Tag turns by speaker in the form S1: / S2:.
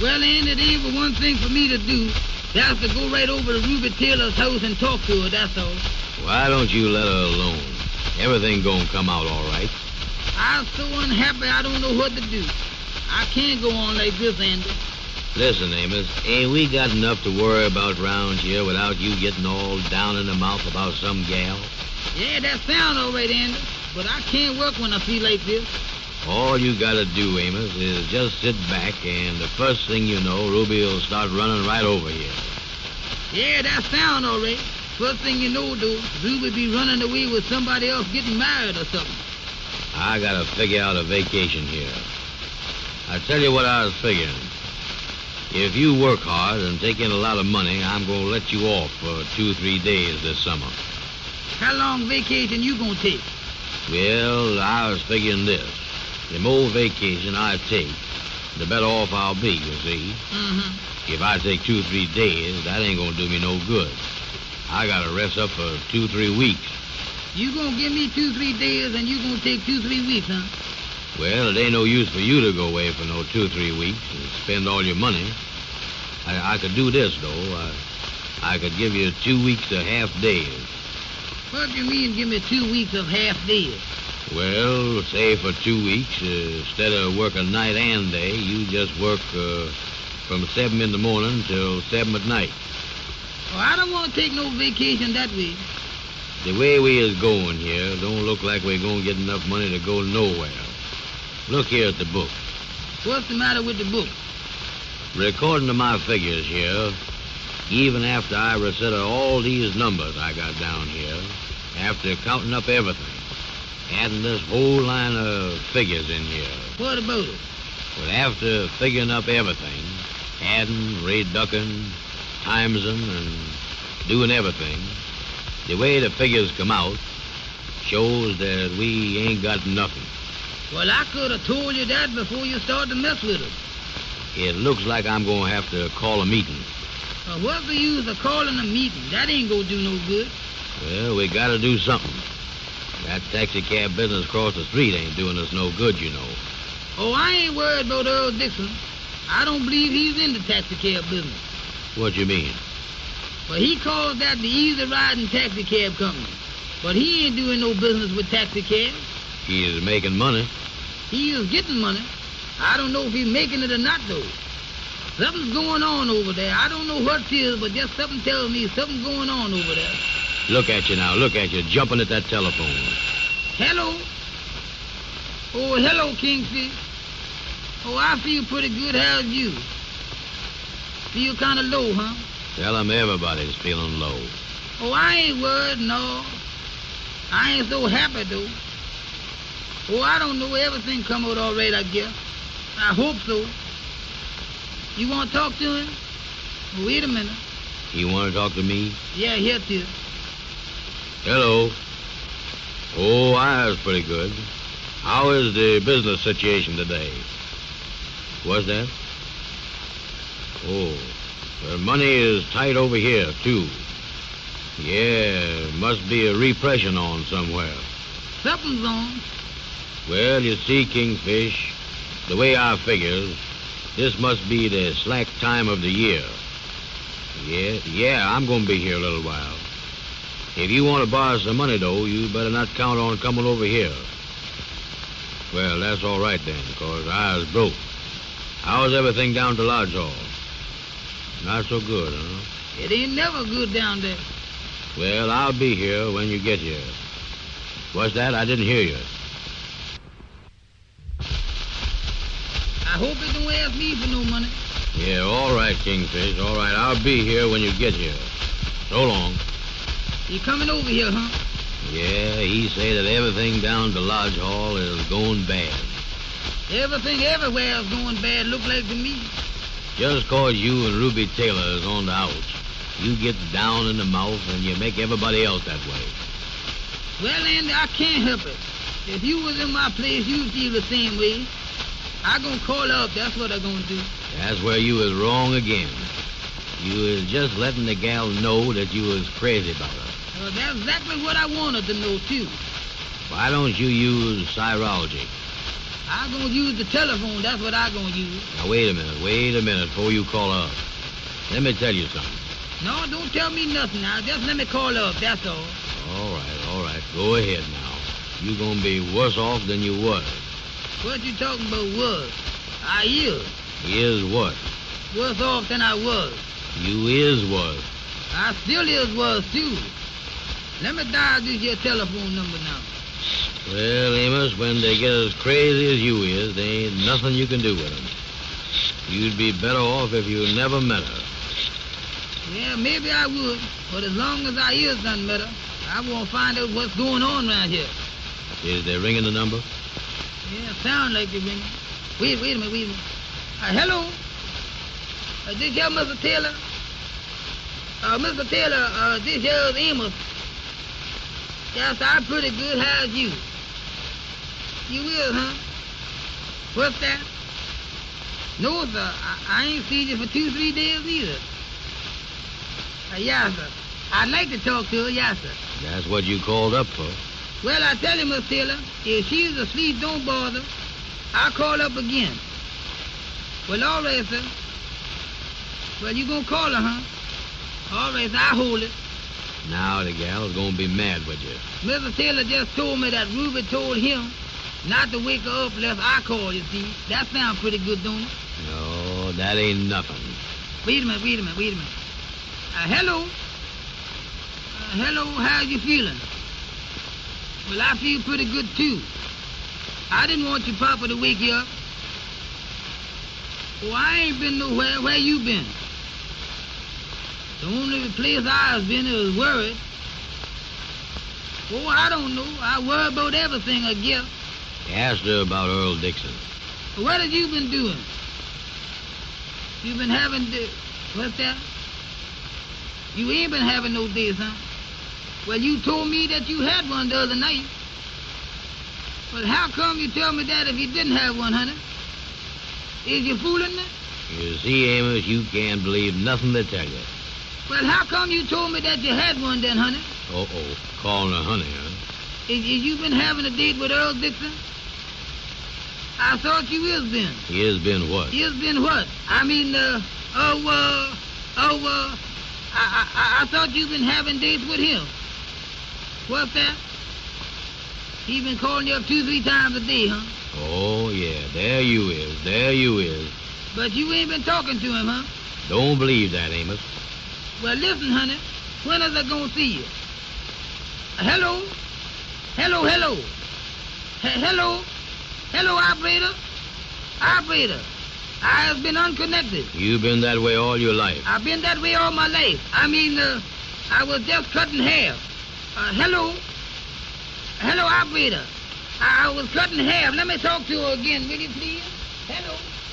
S1: Well, Andy, there ain't but one thing for me to do. That's to go right over to Ruby Taylor's house and talk to her, that's all.
S2: Why don't you let her alone? Everything gonna come out all right.
S1: I'm so unhappy I don't know what to do. I can't go on like this, Andy.
S2: Listen, Amos, ain't we got enough to worry about round here without you getting all down in the mouth about some gal?
S1: Yeah, that sound all right, Andy. But I can't work when I feel like this.
S2: All you gotta do, Amos, is just sit back, and the first thing you know, Ruby'll start running right over you.
S1: Yeah, that sound all right. First thing you know, though, Ruby be running away with somebody else getting married or something.
S2: I gotta figure out a vacation here. I tell you what I was figuring. If you work hard and take in a lot of money, I'm gonna let you off for two, three days this summer.
S1: How long vacation you gonna take?
S2: Well, I was figuring this. The more vacation I take, the better off I'll be, you see.
S1: Mm-hmm.
S2: If I take two, three days, that ain't gonna do me no good. I gotta rest up for two, three weeks.
S1: You gonna give me two, three days, and you gonna take two, three weeks, huh?
S2: Well, it ain't no use for you to go away for no two, three weeks and spend all your money. I, I could do this, though. I, I could give you two weeks of half days.
S1: What do you mean give me two weeks of half days?
S2: Well, say for two weeks, uh, instead of working night and day, you just work uh, from seven in the morning till seven at night.
S1: Oh, I don't want to take no vacation that way.
S2: The way we is going here don't look like we're gonna get enough money to go nowhere. Look here at the book.
S1: What's the matter with the book?
S2: According to my figures here, even after I consider all these numbers I got down here, after counting up everything, adding this whole line of figures in here,
S1: What about it?
S2: but after figuring up everything, adding, reducing, timesing, and doing everything, the way the figures come out shows that we ain't got nothing.
S1: Well, I could have told you that before you started to mess with us.
S2: It looks like I'm going to have to call a meeting.
S1: Uh, what's the use of calling a meeting? That ain't gonna do no good.
S2: Well, we got to do something. That taxi cab business across the street ain't doing us no good, you know.
S1: Oh, I ain't worried about Earl Dixon. I don't believe he's in the taxicab business.
S2: What you mean?
S1: But he calls that the Easy Riding Taxicab Company. But he ain't doing no business with taxicabs.
S2: He is making money.
S1: He is getting money. I don't know if he's making it or not, though. Something's going on over there. I don't know what it is, but just something tells me something's going on over there.
S2: Look at you now. Look at you jumping at that telephone.
S1: Hello? Oh, hello, Kingfish. Oh, I feel pretty good. How's you? Feel kind of low, huh?
S2: Tell him everybody's feeling low.
S1: Oh, I ain't worried, no. I ain't so happy, though. Oh, I don't know. Everything come out all right, I guess. I hope so. You want to talk to him? Wait a minute.
S2: You want to talk to me?
S1: Yeah, here it is.
S2: Hello. Oh, I was pretty good. How is the business situation today? What's that? Oh, the money is tight over here, too. Yeah, must be a repression on somewhere.
S1: Something's on.
S2: Well, you see, Kingfish, the way I figures, this must be the slack time of the year. Yeah, yeah, I'm going to be here a little while. If you want to borrow some money, though, you better not count on coming over here. Well, that's all right then, 'cause I was broke. How's everything down to Lodge Hall? Not so good, huh?
S1: It ain't never good down there.
S2: Well, I'll be here when you get here. What's that? I didn't hear you.
S1: I hope it don't ask me for no money.
S2: Yeah, all right, Kingfish. All right, I'll be here when you get here. So long.
S1: You coming over here, huh?
S2: Yeah, he say that everything down to Lodge Hall is going bad.
S1: Everything everywhere is going bad, look like to me.
S2: Just 'cause you and Ruby Taylor is on the outs, you get down in the mouth and you make everybody else that way.
S1: Well, Andy, I can't help it. If you was in my place, you'd feel the same way. I gonna call up, that's what I gonna do.
S2: That's where you was wrong again. You was just letting the gal know that you was crazy about her.
S1: Uh, that's exactly what I wanted to know, too.
S2: Why don't you use sirology?
S1: I gonna use the telephone. That's what I gonna use.
S2: Now, wait a minute. Wait a minute before you call up. Let me tell you something.
S1: No, don't tell me nothing now. Just let me call up. That's all.
S2: All right, all right. Go ahead now. You're going to be worse off than you was.
S1: What you talking about was? I is.
S2: Is what?
S1: Worse off than I was.
S2: You is was.
S1: I still is was, too. Let me dial this your telephone number now.
S2: Well, Amos, when they get as crazy as you is, there ain't nothing you can do with 'em. You'd be better off if you never met her.
S1: Yeah, maybe I would. But as long as I is done met her, I won't find out what's going on around here.
S2: Is they ringing the number?
S1: Yeah, sound like it ringing. Wait, wait a minute, wait a minute. Uh, hello? Uh, this here Mr. Taylor? Uh, Mr. Taylor, uh, this here's Amos. Yes, I'm pretty good. How's you? You will, huh? What's that? No, sir. I, I ain't seen you for two, three days either. Uh, yeah, sir. I'd like to talk to her, yes, sir.
S2: That's what you called up for.
S1: Well, I tell you, Miss Taylor, if she's asleep, don't bother. I'll call up again. Well, all right, sir. Well, you gonna call her, huh? All right, sir, I hold it.
S2: Now the gal's gonna be mad with you.
S1: Mr. Taylor just told me that Ruby told him not to wake her up lest I call, you see. That sounds pretty good, don't it?
S2: No, that ain't nothing.
S1: Wait a minute, wait a minute, wait a minute. Uh, hello? Uh, hello, how you feeling? Well, I feel pretty good, too. I didn't want your papa to wake you up. Oh, I ain't been nowhere. Where you been? The only place I has been is worried. Oh, I don't know. I worry about everything I get.
S2: Asked her about Earl Dixon.
S1: What have you been doing? You been having di- what's that? You ain't been having no days, huh? Well, you told me that you had one the other night. Well, how come you tell me that if you didn't have one, honey? Is you fooling me?
S2: You see, Amos, you can't believe nothing they tell you.
S1: Well, how come you told me that you had one then, honey?
S2: Uh oh, calling her honey, huh?
S1: Is, is you been having a date with Earl Dixon? I thought you is been.
S2: He has been what?
S1: It's been what? I mean, uh, oh, uh, oh, uh, I, I, I thought you've been having dates with him. What's that? He been calling you up two, three times a day, huh?
S2: Oh, yeah, there you is, there you is.
S1: But you ain't been talking to him, huh?
S2: Don't believe that, Amos.
S1: Well, listen, honey. When is I gonna see you? Uh, Hello? Hello, hello. He- hello? Hello, operator? Operator, I have been unconnected.
S2: You've been that way all your life.
S1: I've been that way all my life. I mean, uh, I was just cutting hair. Uh, hello? Hello, operator. I, I was cutting hair. Let me talk to her again, will you please? Hello?